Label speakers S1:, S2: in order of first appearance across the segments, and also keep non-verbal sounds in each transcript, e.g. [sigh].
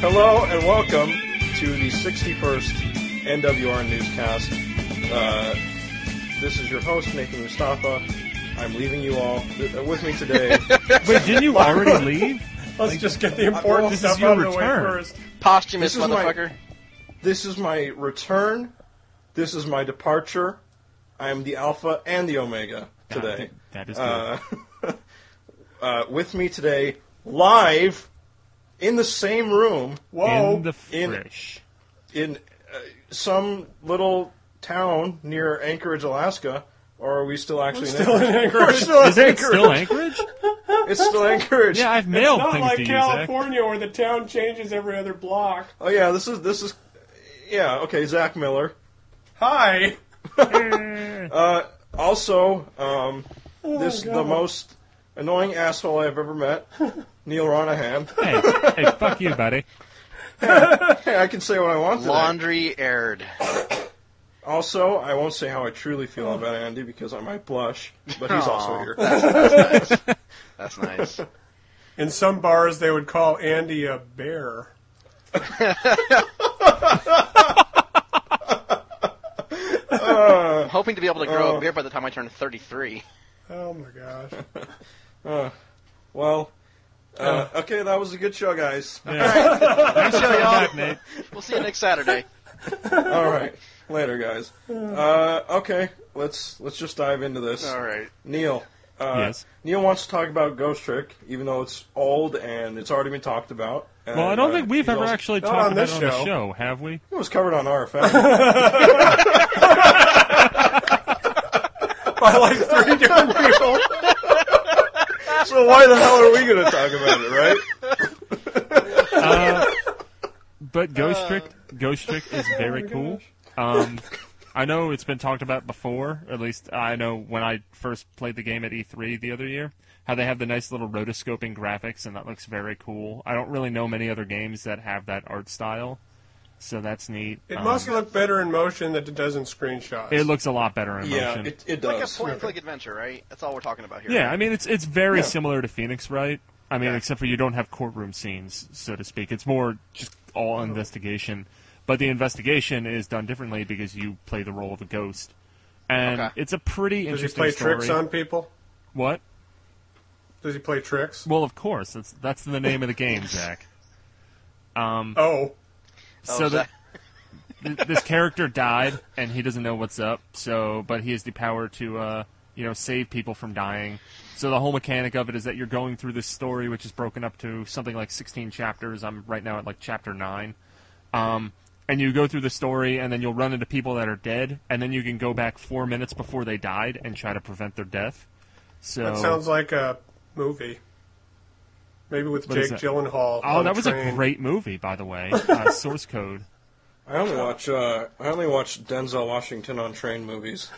S1: Hello and welcome to the 61st NWR Newscast. Uh, this is your host, Nathan Mustafa. I'm leaving you all. Th- With me today,
S2: Wait, didn't you already leave?
S1: [laughs] let's just get the
S2: Well,
S1: important
S2: this
S1: stuff
S2: is your
S1: out of the way
S2: return.
S1: first.
S3: Posthumous
S1: This is my-
S3: motherfucker.
S1: This is my return. This is my departure. I am the Alpha and the Omega today.
S2: That is good.
S1: Uh, uh, with me today, live in the same room.
S4: oh,
S2: in the
S1: in-
S2: fresh.
S1: in uh, some little town near Anchorage, Alaska, or are we still actually in still Anchorage? We're still
S2: Is it still Anchorage?
S1: It's still Anchorage.
S2: Yeah, I've mailed
S4: Not
S2: things to
S4: like
S2: you, Zach.
S4: California where the town changes every other block.
S1: Oh yeah, this is this is yeah. Okay, Zach Miller.
S4: Hi.
S1: Also, um, this
S4: God.
S1: the most annoying asshole I've ever [laughs] met, Neil Ronahan.
S2: Hey, hey, fuck you,
S4: [laughs]
S2: buddy.
S1: Hey, I can say what I want today.
S3: Laundry aired.
S1: Also, I won't say how I truly feel about Andy because I might blush, but he's also
S3: Aw.
S1: here.
S3: That's
S2: [laughs]
S3: nice.
S4: In some bars, they would call Andy a bear.
S3: I'm hoping to be able to
S2: Oh.
S3: grow a beard by the time I
S2: [laughs]
S3: turn 33.
S4: Oh my gosh. [laughs]
S1: Well, uh, okay, that was a good show, guys.
S2: Thanks for coming back, Nate.
S3: [laughs] We'll see you next Saturday.
S1: All right, later, guys. Uh, okay, let's let's just dive into this.
S3: All right.
S1: Neil. Uh,
S2: Yes.
S1: Neil wants to talk about Ghost Trick, even though it's old and it's already been talked about. And,
S2: Well, I don't
S1: uh,
S2: think we've
S1: he's
S2: ever
S1: also-
S2: actually
S4: Not
S2: talked
S4: on
S2: about
S4: this
S2: it on the
S4: show.
S2: show, have we?
S1: It was covered on RFM.
S4: By like three
S2: [laughs]
S4: different people.
S1: [laughs] so why the hell are we going to talk about it, right?
S2: [laughs]
S4: Uh,
S2: But Ghost Trick, Ghost Trick
S4: [laughs]
S2: is
S4: Oh
S2: very cool. Um, I know it's been talked about before. At least I know when I first played the game at E3 the other year, how they have the nice little rotoscoping graphics, and that looks very cool. I don't really know many other games that have that art style, so that's neat.
S4: It
S2: Um,
S4: must look better in motion than it does in screenshots.
S2: It looks a lot better in
S1: Yeah,
S2: motion.
S1: it, it
S3: Like a
S1: does.
S3: point-and-click adventure, right? That's all we're talking about here.
S2: Oh, yeah, I mean it's it's very
S1: Yeah.
S2: similar to Phoenix Wright. I mean, except for you don't have courtroom scenes, so to speak. It's more just all
S4: Oh.
S2: investigation, but the investigation is done differently because you play the role of a ghost, and
S3: Okay.
S2: it's a pretty
S4: Does he
S2: interesting
S4: play
S2: story.
S4: tricks on people?
S2: what?
S4: Does he play tricks?
S2: Well, of course, that's that's the name of the game, Zach.
S4: Oh.
S3: Oh,
S2: so
S3: is
S2: the,
S3: that-
S2: th- this character died and he doesn't know what's up so but he has the power to uh, you know save people from dying so the whole mechanic of it is that you're going through this story which is broken up to something like 16 chapters i'm right now at like chapter 9 um, and you go through the story and then you'll run into people that are dead and then you can go back four minutes before they died and try to prevent their death so
S4: That sounds like a movie. Maybe with
S2: What is
S4: Jake
S2: that?
S4: Gyllenhaal.
S2: oh
S4: on
S2: that was a
S4: train.
S2: great movie by the way uh, source code [laughs]
S1: I only watch uh, I only watch Denzel Washington on train movies.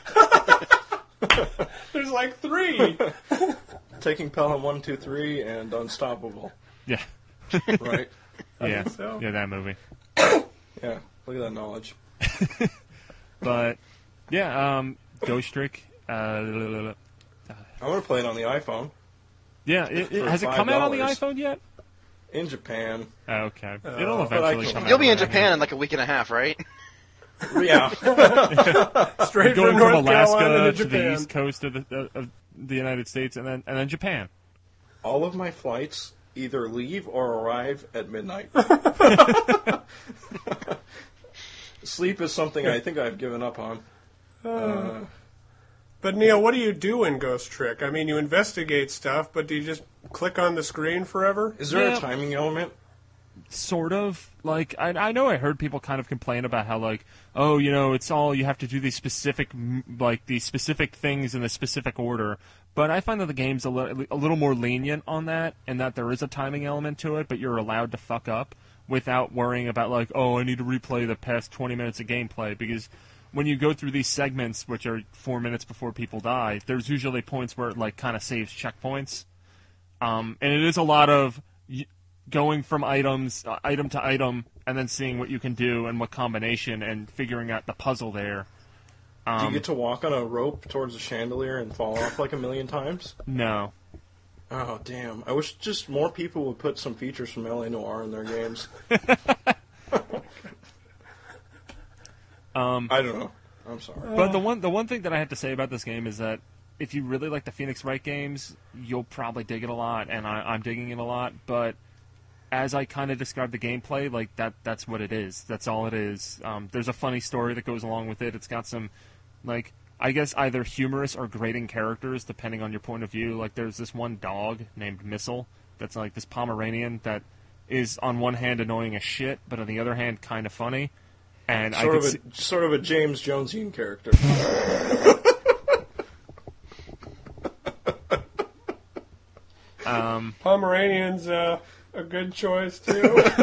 S4: There's
S2: [laughs]
S4: like three.
S1: Taking Pelham One Two Three and Unstoppable.
S2: yeah [laughs]
S1: Right?
S2: yeah
S4: so.
S2: yeah that movie
S1: yeah. Look at that knowledge.
S2: But yeah, um, Ghost Trick. Uh,
S1: I want to play it on the iPhone
S2: yeah, it, it-
S1: For
S2: has it come out on the
S1: $5.
S2: iPhone yet?
S1: in Japan.
S2: Oh, okay, it'll
S1: but I
S2: eventually
S1: can-
S2: come out.
S3: You'll be in
S2: right?
S3: Japan in like a week and a
S2: [laughs]
S3: half, right?
S1: Yeah.
S4: Straight
S2: Going from
S4: from North
S2: Alaska to
S4: Carolina Japan.
S2: the east coast of the of the United States, and then and then Japan.
S1: all of my flights either leave or arrive at
S2: [laughs]
S1: midnight. Sleep is something I think I've given up on.
S4: But Neil, what do you do in Ghost Trick? I mean, you investigate stuff, but do you just click on the screen forever?
S1: Is there
S2: Yeah.
S1: a timing element?
S2: sort of like I, I know I heard people kind of complain about how like oh you know it's all you have to do these specific m- like these specific things in the specific order but I find that the game's a, li- a little more lenient on that and that there is a timing element to it but you're allowed to fuck up without worrying about like oh I need to replay the past 20 minutes of gameplay because when you go through these segments which are 4 minutes before people die there's usually points where it like kind of saves checkpoints um, and it is a lot of y- going from items uh, item to item and then seeing what you can do and what combination and figuring out the puzzle there Um,
S1: Do you get to walk on a rope towards a chandelier and fall off like a million times?
S2: no
S1: Oh damn! I wish just more people would put some features from LA Noir in their games.
S2: [laughs] Um,
S1: I don't know. I'm sorry.
S2: But the one the one thing that I have to say about this game is that if you really like the Phoenix Wright games, you'll probably dig it a lot, and I, I'm digging it a lot. But as I kind of describe the gameplay, like that that's what it is. That's all it is. Um, there's a funny story that goes along with it. It's got some like I guess either humorous or grating characters depending on your point of view. Like there's this one dog named Missile that's like this Pomeranian that is on one hand annoying as shit, but on the other hand kind of funny. And I
S1: Sort
S2: could
S1: of
S2: see-
S1: a sort of a James Jonesian character.
S4: Pomeranian's uh, a good choice too. [laughs]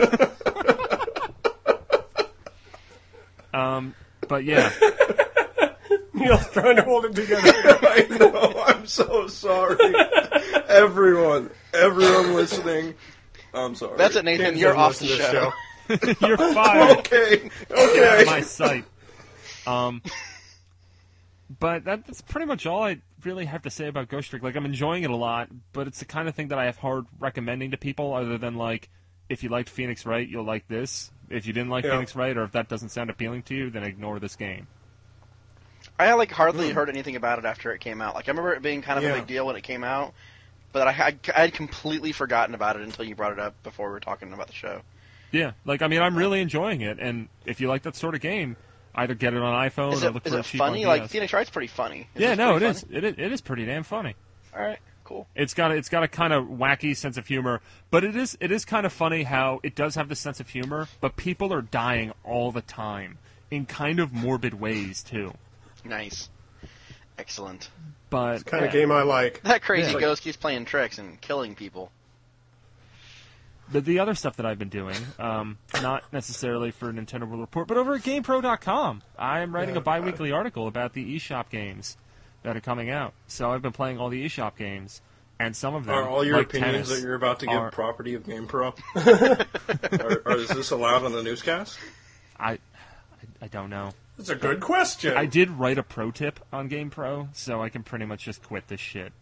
S2: but
S1: [laughs]
S2: yeah.
S4: Neil's trying to hold it together.
S1: [laughs] I know. I'm so sorry. everyone, everyone listening. I'm sorry.
S3: That's it, Nathan. You're off the show.
S2: You're fired.
S1: [laughs] Okay.
S2: out
S1: Okay.
S2: of
S3: [laughs]
S2: my sight. Um, but that, that's pretty much all I really have to say about Ghost Trick. Like, I'm enjoying it a lot, but it's the kind of thing that I have hard recommending to people, other than like, if you liked Phoenix Wright, you'll like this. If you didn't like
S4: Yeah.
S2: Phoenix Wright, or if that doesn't sound appealing to you, then ignore this game.
S3: I like hardly
S2: Hmm.
S3: heard anything about it after it came out. Like I remember it being kind of
S1: Yeah.
S3: a big deal when it came out, but I had I had completely forgotten about it until you brought it up before we were talking about the show.
S2: Yeah, like I mean, I'm really enjoying it, and if you like that sort of game, either get it on iPhone
S3: Is
S2: or
S3: it,
S2: look
S3: is
S2: for
S3: it
S2: a cheap
S3: funny?
S2: On
S3: Like
S2: DS.
S3: Phoenix Wright's pretty funny. Is
S2: yeah,
S3: this
S2: no, it
S3: pretty
S2: is. It is. It is pretty damn funny.
S3: funny? All right, cool.
S2: It's got a, it's got a kind of wacky sense of humor, but it is it is kind of funny how it does have this sense of humor, but people are dying all the time in kind of morbid ways too.
S3: Nice, excellent.
S2: But
S4: kind
S2: yeah.
S4: of game I like.
S3: That crazy
S2: Yeah.
S3: ghost keeps playing tricks and killing people.
S2: But the other stuff that I've been doing, um, not necessarily for Nintendo World Report, but over at GamePro.com, I am writing a bi-weekly article about the eShop games that are coming out. So I've been playing all the eShop games, and some of them
S1: Are all your
S2: like
S1: opinions
S2: tennis,
S1: that you're about to give
S2: are-
S1: property of
S2: [laughs]
S1: GamePro? or, or is this allowed on the newscast?
S2: I, I I don't know.
S4: That's a good question.
S2: I did write a pro tip on GamePro, so I can pretty much just quit this shit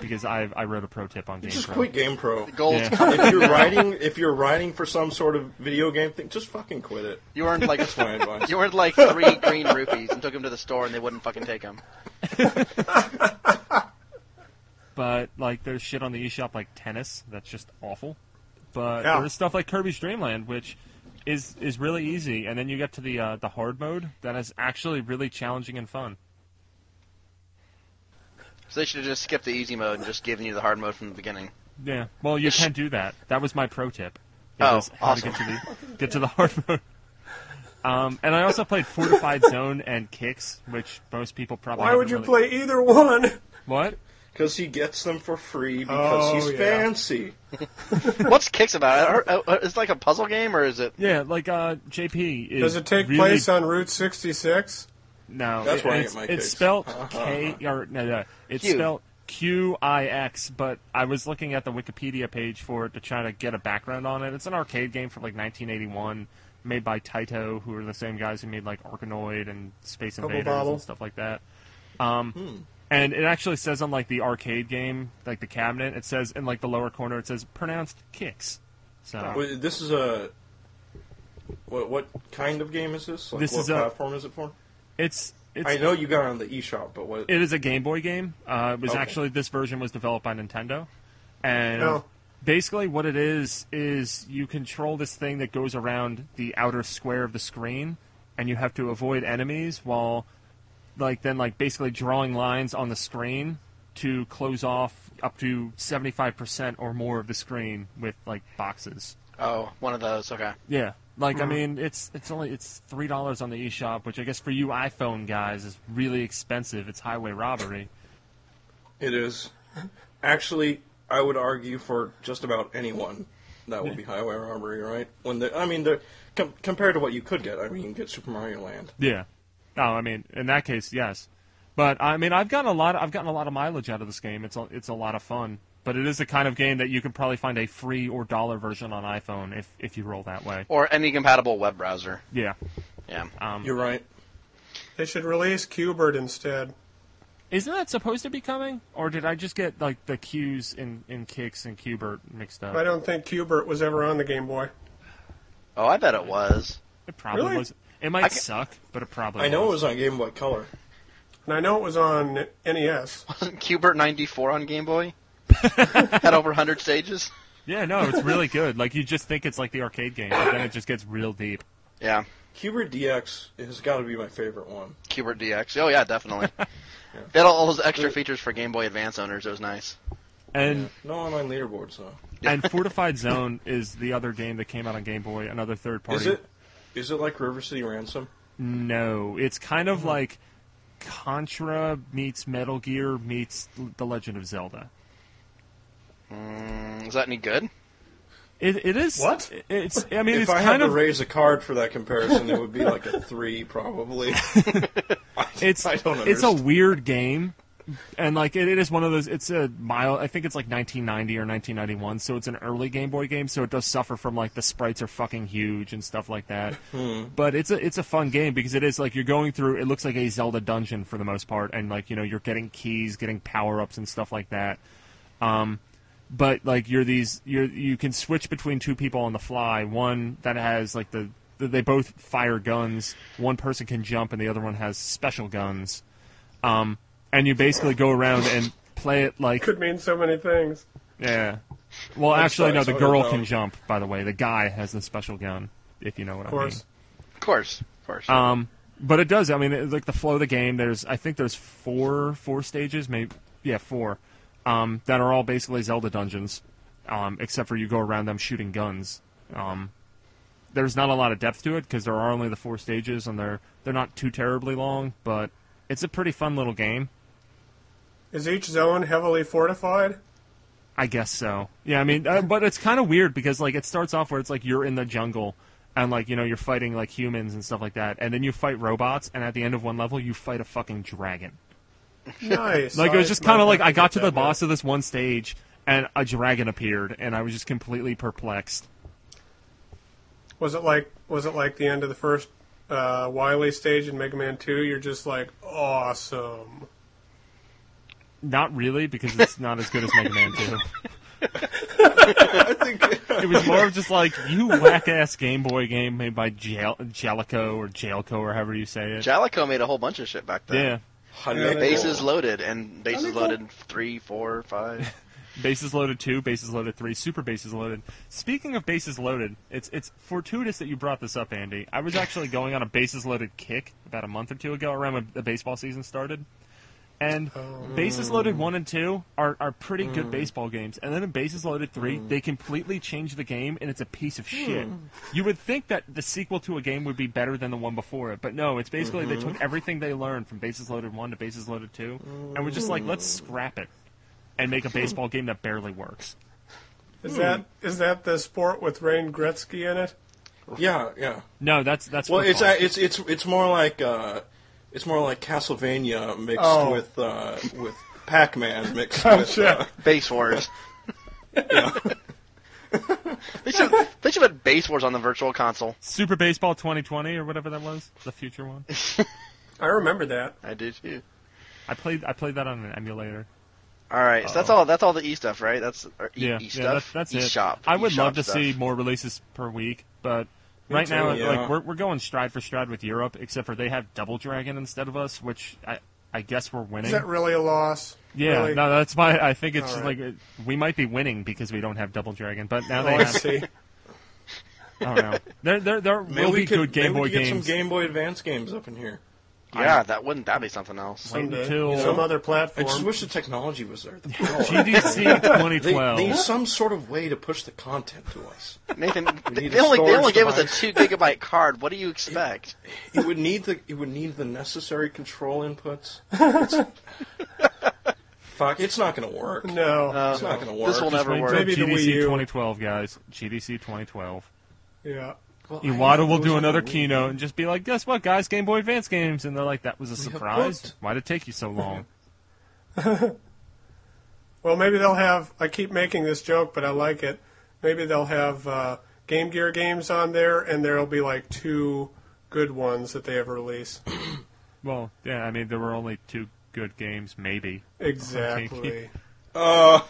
S2: because I I wrote a pro tip
S4: [laughs]
S2: on
S1: Just
S2: GamePro.
S1: quit GamePro.
S3: Gold.
S2: Yeah.
S1: if
S2: [laughs]
S1: you're writing, if you're writing for some sort of video game thing, just fucking quit it.
S3: You earned like
S1: That's my advice.
S3: you earned like three green rupees and took them to the store and they wouldn't fucking take them.
S2: But like, there's shit on the eShop like tennis that's just awful. But
S4: Yeah.
S2: there's stuff like Kirby's Dream Land, which is is really easy, and then you get to the uh, the hard mode that is actually really challenging and fun.
S3: So they should have just skipped the easy mode and just given you the hard mode from
S2: [laughs]
S3: the beginning.
S2: Yeah. Well, you can do that. That was my pro tip. It
S3: Oh,
S2: was how to get to the get to the hard mode. Um, and I also played
S4: [laughs]
S2: Fortified Zone and Kicks, which most people probably.
S4: Why
S2: haven't
S4: would you
S2: really-
S4: play either one?
S2: what?
S1: Because he gets them for free because
S4: Oh,
S1: he's
S4: yeah.
S1: fancy.
S3: What's kicks about? I heard- uh, uh, It's like a puzzle game or is it?
S2: Yeah, like uh, JP. Is
S4: Does it take
S2: really-
S4: place on Route 66?
S2: No,
S1: That's
S2: it-
S1: where I
S2: it's,
S1: get my
S2: it's
S1: kicks. [laughs]
S2: spelled K or no, no it's
S3: Q.
S2: spelled Q I X. But I was looking at the Wikipedia page for it to try to get a background on it. It's an arcade game from like 1981, made by Taito, who are the same guys who made like Arkanoid and Space Invaders
S4: Bobble.
S2: and stuff like that. Um,
S1: Hmm.
S2: And it actually says on like the arcade game, like the cabinet, it says in like the lower corner, it says pronounced kicks. So
S1: Wait, This is a what? What kind of game is this? Like,
S2: This
S1: what
S2: is a-
S1: platform is it for?
S2: it's it's
S1: I know you got it on the eShop, but what?
S2: It is a Game Boy game. Uh, it was
S1: Okay.
S2: actually this version was developed by Nintendo, and
S4: Oh.
S2: basically what it is is you control this thing that goes around the outer square of the screen, and you have to avoid enemies while, like, then like basically drawing lines on the screen to close off up to seventy five percent or more of the screen with like boxes.
S3: Oh, one of those. Okay.
S2: Yeah. Like I mean, it's it's only it's three dollars on the eShop, which I guess for you iPhone guys is really expensive. It's highway robbery.
S1: It is actually, I would argue for just about anyone that would be highway robbery, right? When the, I mean, the com- compared to what you could get, I mean, you can get Super Mario Land.
S2: Yeah. No, I mean, in that case, yes. But I mean, I've gotten a lot. I've gotten a lot of mileage out of this game. It's a, it's a lot of fun. But it is the kind of game that you can probably find a free or dollar version on iPhone if if you roll that way.
S3: Or any compatible web browser.
S2: Yeah.
S3: Yeah.
S2: Um,
S1: Oh. You're right.
S4: They should release Cubert instead.
S2: Isn't that supposed to be coming, or did I just get like the Q's in in Kicks and Cubert mixed up?
S1: uh,
S4: I don't think Cubert was ever on the Game Boy.
S3: Oh, I bet it was. [laughs]
S2: It probably
S4: Really?
S2: was. It might
S3: I ca-
S2: suck, but it probably.
S1: I know it was on Game Boy Color.
S4: And I know it was on E NES.
S3: Wasn't Cubert 94 on
S2: [laughs]
S3: Game Boy? Had over 100 stages?
S2: Yeah, no, it's really good. Like you just think it's like the arcade game, but then it just gets real deep.
S3: Yeah,
S1: Cubert DX has got to be my favorite one.
S3: Cubert DX. Oh,
S2: [laughs]
S3: yeah, definitely. They had all those extra features for Game Boy Advance owners. It was nice.
S2: And
S1: No online leaderboards though.
S2: and Fortified Zone is the other game that came out on Game Boy, another third party.
S1: Is it? Is it like River City Ransom?
S2: No, it's kind
S1: Mm-hmm.
S2: of like Contra meets Metal Gear meets The Legend of Zelda.
S3: Mm, Is that any good?
S2: It, it is
S4: What?
S2: It's I mean
S1: if
S2: it's
S1: I had
S2: kind
S1: to
S2: of
S1: raise a card for that comparison, it would be like a three, probably.
S2: it's
S1: I don't
S2: it's a
S1: understand.
S2: weird game and like it, it is one of those it's a mile i think it's like 1990 or 1991 so it's an early game boy game so it does suffer from like the sprites are fucking huge and stuff like that
S1: Hmm.
S2: but it's a it's a fun game because it is like you're going through it looks like a zelda dungeon for the most part and like you know you're getting keys getting power-ups and stuff like that but like you're these you're you can switch between two people on the fly one that has like the the- they both fire guns one person can jump and the other one has special guns um and you basically go around and play it like
S4: [laughs] Could mean so many things.
S2: yeah well actually
S1: sorry,
S2: no the
S1: sorry,
S2: girl
S1: no.
S2: can jump by the way the guy has the special gun if you know what
S4: Of
S2: i mean
S4: course.
S3: Of course. Of course.
S2: um, but it does. I mean, it, like the flow of the game. There's, I think there's four four stages, maybe yeah, four um, that are all basically Zelda dungeons, um, except for you go around them shooting guns. Um, there's not a lot of depth to it because there are only the four stages, and they're they're not too terribly long. But it's a pretty fun little game.
S4: Is each zone heavily fortified?
S2: I guess so. Yeah, I mean, uh, but it's kind of weird because like it starts off where it's like you're in the jungle and like you know you're fighting like humans and stuff like that, and then you fight robots, and at the end of one level you fight a fucking dragon.
S4: Nice.
S2: Like it was
S4: I-
S2: just kind
S4: I-
S2: of like I got to
S4: that
S2: the
S4: bit.
S2: boss of this one stage and a dragon appeared, and I was just completely perplexed.
S4: Was it like was it like the end of the first uh, Wily stage in Mega Man Two? You're just like awesome.
S2: Not really because
S4: [laughs]
S2: it's not as good as Mega Man Two.
S1: I think
S2: [laughs] It was more of just like you whack ass Game Boy game made by Jal- Jellico or Jalco or however you say it.
S3: Jalico made a whole bunch of shit back then.
S2: yeah.
S1: Haneko.
S3: Bases loaded, and bases
S4: Jalico.
S3: loaded three, four, five. [laughs]
S2: Bases loaded two, bases loaded three, super bases loaded. Speaking of bases loaded, it's it's fortuitous that you brought this up, Andy. I was actually going on a bases loaded kick about a month or two ago, around when the baseball season started. And bases loaded one and two are, are pretty good baseball games. And then in bases loaded three, they completely change the game and it's a piece of shit. You would think that the sequel to a game would be better than the one before it, but no, it's basically they took everything they learned from bases loaded one to bases loaded two and we're just like, let's scrap it and make a baseball game that barely works. Hmm.
S4: Is that is that the sport with Wayne Gretzky in it?
S1: Yeah, yeah.
S2: No, that's that's
S1: Well, it's
S2: football.
S1: a- it's it's it's more like uh, it's more like Castlevania mixed
S4: Oh.
S1: with uh, with Pac-Man mixed
S2: Oh,
S1: with. Uh,
S3: Base Wars. [laughs] they, should, they should have had Base Wars on the Virtual Console.
S2: Super Baseball 2020 or whatever that was, the future one.
S4: I remember that.
S3: I do too.
S2: I played I played that on an emulator.
S3: All right, so that's all. That's all the e stuff, right? That's or e,
S2: Yeah,
S3: e
S2: yeah, that-
S3: stuff.
S2: that's
S3: e
S2: it.
S3: shop.
S2: I would
S3: e
S2: love
S3: shop
S2: to
S3: stuff.
S2: see more releases per week, but right
S4: too,
S2: now,
S1: yeah.
S2: like we're we're going stride for stride with Europe, except for they have Double Dragon instead of us, which I I guess we're winning.
S4: Is that really a loss?
S2: yeah,
S4: Really?
S2: no, that's my. I think it's
S4: All
S2: just
S4: right.
S2: like uh, we might be winning because we don't have Double Dragon, but now
S4: Oh,
S2: they
S4: I
S2: have.
S4: see.
S2: I don't know. There, there, there
S1: maybe
S2: will
S1: we
S2: be
S1: could,
S2: good Game
S1: maybe
S2: Boy
S1: we could get
S2: games.
S1: some Game Boy Advance games up in here.
S3: Yeah, that wouldn't that be something else?
S2: Wait
S4: Someday.
S2: until-
S4: some other
S1: I just
S4: platform.
S1: wish the technology was
S2: [laughs]
S1: there. The power.
S2: GDC
S1: They,
S2: 2012.
S1: they need some sort of way to push the content to us.
S3: [laughs] Nathan, they,
S1: need
S3: they
S1: a
S3: only they
S1: storage
S3: only gave us a
S1: device.
S3: two gigabyte card. What do you expect?
S1: It would need the it would need the necessary control inputs. [laughs] It's- fuck, it's not going to work.
S4: no.
S1: it's not going to work.
S3: This will never
S2: Wait
S3: work.
S2: till
S4: Maybe the
S2: GDC
S4: Wii U.
S2: 2012, guys. GDC 2012.
S4: yeah.
S1: Well, I
S2: Iwata
S1: know
S2: will
S1: those
S2: do
S1: are
S2: another
S1: the
S2: keynote and just be like, "Guess what, guys? Game Boy Advance games." And they're like, "That was a
S1: have
S2: surprise.
S1: booked."
S2: Why'd it take you so
S4: [laughs]
S2: long?"
S4: Well, maybe they'll have. I keep making this joke, but I like it. Maybe they'll have uh, Game Gear games on there, and there'll be like two good ones that they ever release.
S2: well, yeah. I mean, there were only two good games, maybe.
S4: Exactly.
S2: [laughs]
S1: Uh,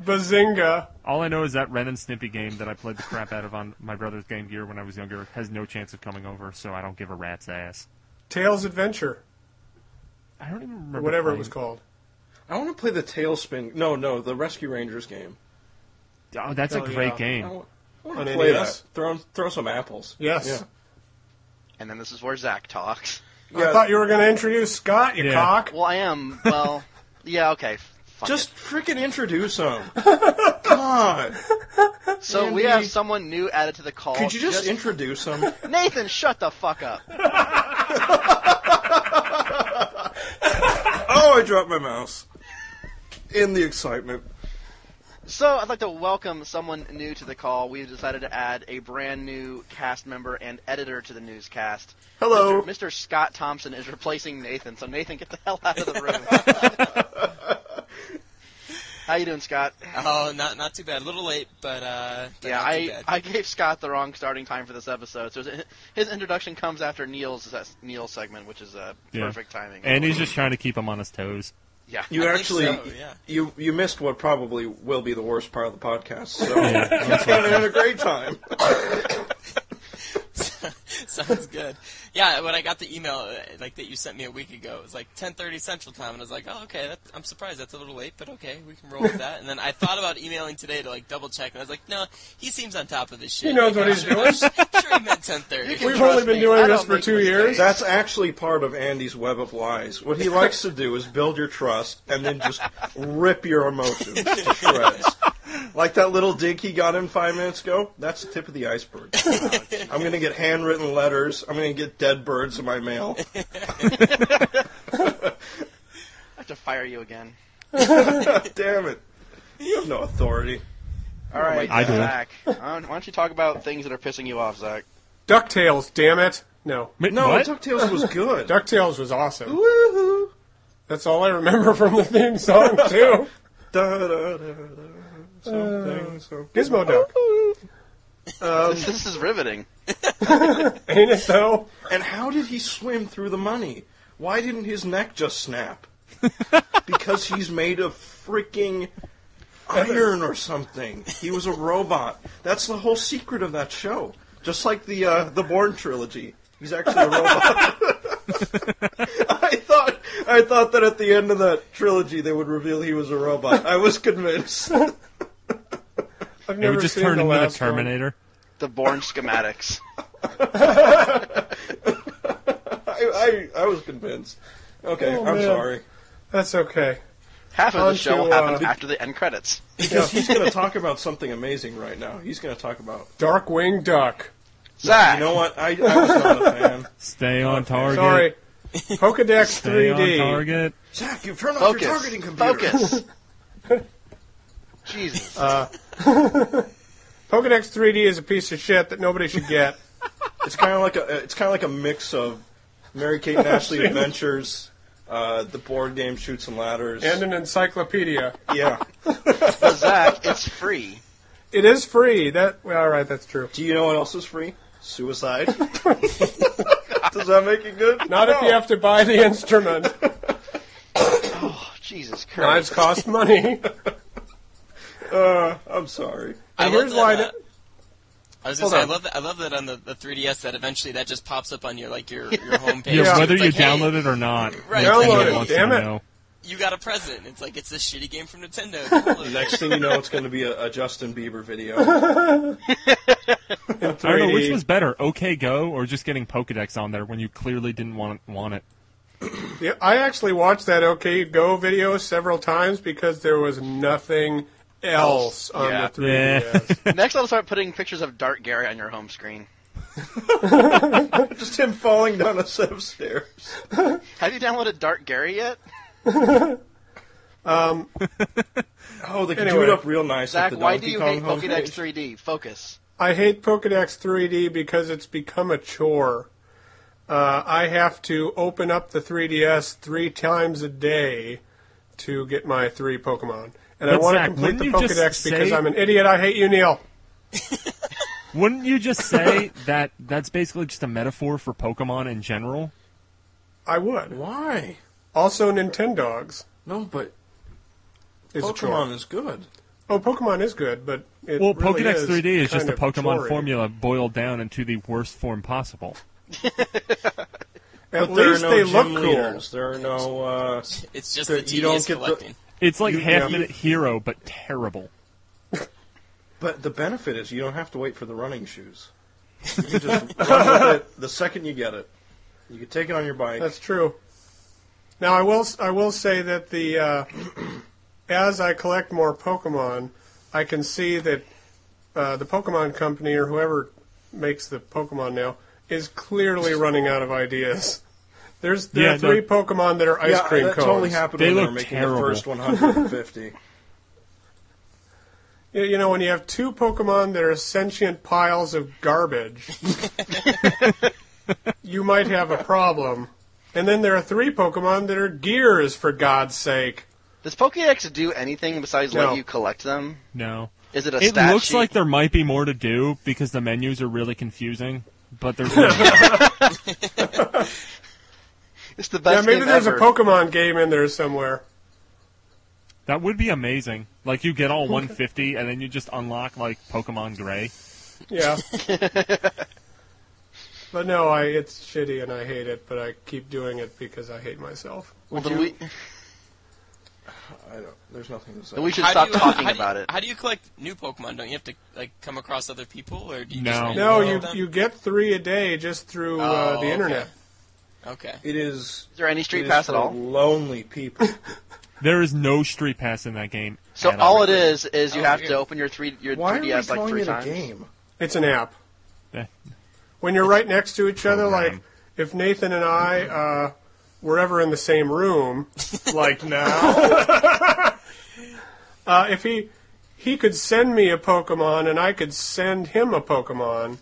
S4: Bazinga.
S2: All I know is that Ren and Snippy game that I played the crap out of on my brother's Game Gear when I was younger has no chance of coming over, so I don't give a rat's ass.
S4: Tails Adventure.
S2: I don't even remember
S4: Or whatever it
S2: playing-
S4: was called.
S1: I want to play the Tailspin. No, no, the Rescue Rangers game.
S2: Oh, that's a
S4: Oh,
S2: great
S4: yeah.
S1: I
S2: game.
S1: want, I want
S4: On
S1: to play
S4: NES?
S1: that. Throw throw some apples.
S4: Yes.
S1: Yeah.
S3: And then this is where Zach talks.
S1: Yeah,
S4: I thought you were going to introduce Scott, you
S2: Yeah.
S4: cock.
S3: Well, I am.
S1: [laughs]
S3: Well, yeah, okay. Fine.
S1: just freaking introduce [laughs] him. God,
S3: so we
S1: Andy-
S3: have someone new added to the call.
S1: could you Oh, just introduce him?
S3: Nathan? Shut the fuck up.
S1: Oh, I dropped my mouse. In the excitement.
S3: So I'd like to welcome someone new to the call. We've decided to add a brand new cast member and editor to the newscast.
S1: Hello.
S3: Mr. Mr. Scott Thompson is replacing Nathan. So Nathan, get the hell out of the room.
S1: [laughs]
S3: How you doing, Scott?
S5: Oh, not not too bad. A little late, but uh, but
S3: Yeah,
S5: not too
S3: I,
S5: bad.
S3: I gave Scott the wrong starting time for this episode. So his- his introduction comes after Neil's Neil segment, which is uh,
S2: Yeah.
S3: perfect timing.
S2: And he's just trying to keep him on his toes.
S3: yeah,
S1: You
S5: I think
S1: actually,
S5: so, yeah.
S1: you you missed what probably will be the worst part of the podcast. So he's [laughs] gonna have a great time.
S5: [laughs] sounds good. Yeah, when I got the email uh, like that you sent me a week ago, it was like 10:30 Central Time, and I was like, oh okay, that, I'm surprised that's a little late, but okay, we can roll with that. And then I thought about emailing today to like double check, and I was like, no, he seems on top of his shit.
S4: He knows
S5: Like,
S4: what he's
S5: I'm [laughs] sure, I'm sure he meant 10:30.
S3: You can
S4: We've
S3: trust
S4: only been
S3: me.
S4: doing
S3: I
S4: this
S3: don't
S4: for
S3: make
S4: two
S3: mistakes.
S4: years.
S1: That's actually part of Andy's web of lies. What he likes to do is build your trust and then just rip your emotions
S5: [laughs]
S1: to shreds. Like that little dig he got in five minutes ago, that's the tip of the iceberg.
S5: [laughs]
S1: I'm going to get handwritten letters. I'm going to get dead birds in my mail. [laughs]
S3: I have to fire you again.
S1: Damn it. You have no authority.
S4: Oh
S3: All right,
S2: I do.
S3: Zach. Why don't you talk about things that are pissing you off,
S4: [laughs]
S3: Zach?
S4: DuckTales, damn it. No.
S2: Ma-
S1: No,
S2: what?
S1: DuckTales was good.
S4: DuckTales was awesome.
S1: Woohoo.
S4: That's all I remember from the theme song,
S2: [laughs]
S4: too.
S1: Da, da, da, da. Something, something.
S4: Gizmo Duck.
S3: this, this is riveting.
S4: Ain't it, though?
S1: And how did he swim through the money? Why didn't his neck just [laughs] snap? because he's made of freaking iron or something. He was a robot. That's the whole secret of that show. Just like the uh, the Bourne trilogy. He's actually a [laughs] robot. I thought I thought that at the end of that trilogy they would reveal he was a robot. I was convinced.
S4: I've
S2: It
S4: never
S2: would just
S4: seen
S2: turn
S4: the
S2: into the
S4: last one.
S2: Terminator.
S3: The Born schematics.
S1: I, I, I was convinced. Okay,
S4: Oh,
S1: I'm
S4: man.
S1: sorry.
S4: That's okay.
S3: Half of the
S4: Aren't
S3: show
S4: you,
S3: will happen
S4: uh,
S3: after the end credits.
S1: Because he's going to talk about something amazing right now. He's going to talk about
S4: Darkwing Duck.
S3: Zach,
S1: You know what? I, I was not a fan.
S2: Stay on target. [laughs]
S4: Sorry. Pokedex
S2: Stay on
S4: 3D.
S2: target.
S1: Zach, you've turned off your
S3: focus.
S1: targeting computer.
S3: Focus.
S4: [laughs]
S3: Jesus.
S4: Uh, Pokedex 3D is a piece of shit that nobody should get.
S1: [laughs] It's kind of like a it's kind of like a mix of Mary Kate and Ashley [laughs] Adventures, uh, the board game Shoots and Ladders.
S4: and an encyclopedia.
S1: yeah.
S3: But Zach, it's free.
S4: It is free. That well, all right, that's true.
S1: Do you know what else is free? Suicide. [laughs] Does that make it good?
S4: Not if you have to buy the instrument.
S3: Oh, Jesus
S4: Knives
S3: Christ.
S4: cost money.
S1: Uh, I'm sorry.
S5: I
S4: And here's
S5: love
S4: why.
S5: that,
S4: That,
S5: uh, I was gonna
S4: Hold
S5: say, I
S4: on.
S5: love that. I love that on the, the 3ds that eventually that just pops up on your like your
S4: [laughs]
S5: your homepage.
S2: Yeah,
S5: It's
S2: whether you
S5: like, hey,
S2: download it or not. that's what
S5: Right, download
S2: he
S5: it,
S2: wants to
S4: damn it.
S2: know.
S5: you got a present. It's like it's this shitty game
S2: [laughs]
S5: from Nintendo. Download it.
S1: Next thing you know, it's going to be a, a Justin Bieber video. [laughs]
S2: I don't know
S4: 3D.
S2: which was better, OK Go or just getting Pokedex on there when you clearly didn't want want it.
S4: yeah, I actually watched that OK Go video several times because there was nothing else on
S3: Yeah.
S4: the 3DS.
S3: Next, I'll start putting pictures of Dart Gary on your home screen.
S1: Just him falling down a set of stairs.
S3: Have you downloaded Dart Gary yet?
S1: Oh, they can do
S4: Anyway.
S1: it up real nice. at
S3: Zach,
S1: the
S3: why do
S1: Donkey
S3: you
S1: Kong
S3: hate Pokedex
S1: homepage.
S3: 3D? Focus.
S4: I hate Pokedex 3D because it's become a chore. Uh, I have to open up the 3DS three times a day to get my three Pokemon. And I
S2: But
S4: want to
S2: Zach,
S4: complete the
S2: wouldn't you just
S4: Pokedex because
S2: say-
S4: I'm an idiot. I hate you, Neil.
S2: Wouldn't you just say [laughs] that that's basically just a metaphor for Pokemon in general?
S4: I would.
S1: Why?
S4: Also, Nintendogs
S1: No, but
S4: is a chore.
S1: Pokemon is good.
S4: Oh, Pokemon is good, but it
S2: Well,
S4: really
S2: Pokedex
S4: is
S2: 3D is just
S4: kind
S2: a
S4: of
S2: Pokemon
S4: chorey.
S2: formula boiled down into the worst form possible.
S4: At
S1: but there
S4: least
S1: are no
S4: they
S1: gym
S4: look cool.
S1: leaders. There are no. Uh,
S5: It's just
S1: There-
S5: the
S1: you don't
S5: tedious
S1: get the-
S5: collecting.
S2: It's like
S4: You-
S2: half
S4: yeah.
S2: minute hero, but terrible.
S1: but the benefit is you don't have to wait for the running shoes. You can [laughs] just run with it the second you get it. You can take it on your bike.
S4: That's true. Now I will I will say that the uh, as I collect more Pokemon, I can see that uh, the Pokemon company or whoever makes the Pokemon now is clearly running out of ideas. There's there
S2: Yeah,
S4: are three
S2: no-
S4: Pokemon that are ice
S1: yeah,
S4: cream
S1: that
S4: cones.
S1: totally happened
S2: They
S1: when they
S2: look
S1: were making
S2: terrible.
S1: the
S4: [laughs]
S1: first 150.
S4: You- You know when you have two Pokemon that are sentient piles of garbage, you might have a problem. And then there are three Pokemon that are gears for God's sake.
S3: Does Pokédex do anything besides
S4: No.
S3: let you collect them?
S2: No.
S3: Is it a
S2: it
S3: stat
S2: looks
S3: sheet?
S2: like there might be more to do because the menus are really confusing, but [laughs] there's no.
S3: it's the best
S4: yeah, maybe
S3: game
S4: there's
S3: ever.
S4: a Pokemon game in there somewhere.
S2: that would be amazing. Like you get all 150 and then you just unlock like Pokemon Gray.
S3: [laughs]
S4: Yeah. but no, I it's shitty and I hate it, but I keep doing it because I hate myself.
S3: Well, then we,
S1: I don't. There's nothing to say.
S3: then we should
S5: How
S3: stop
S5: do you,
S3: talking
S5: how do you-
S3: about it.
S5: How do you collect new Pokemon? Don't you have to like come across other people, or do you
S2: No.
S5: just randomly
S4: No,
S5: roll
S4: you
S5: them?
S4: you get three a day just through uh,
S5: Oh,
S4: the
S5: okay.
S4: internet.
S5: Okay.
S1: It is.
S3: Is there any
S1: it
S3: street
S1: is
S3: pass at
S1: for
S3: all?
S1: Lonely people.
S2: There is no street pass in that game.
S3: So
S2: at
S3: all it is is you
S5: Oh,
S3: have
S5: weird.
S3: to open your three your
S1: [laughs] Why are we
S3: 3ds like
S1: calling
S3: three
S1: it a
S3: times.
S1: game?
S4: It's an app.
S2: Eh.
S4: When you're right next to each other,
S2: Program.
S4: like if Nathan and I uh, were ever in the same room, like now, uh, if he he could send me a Pokemon and I could send him a Pokemon,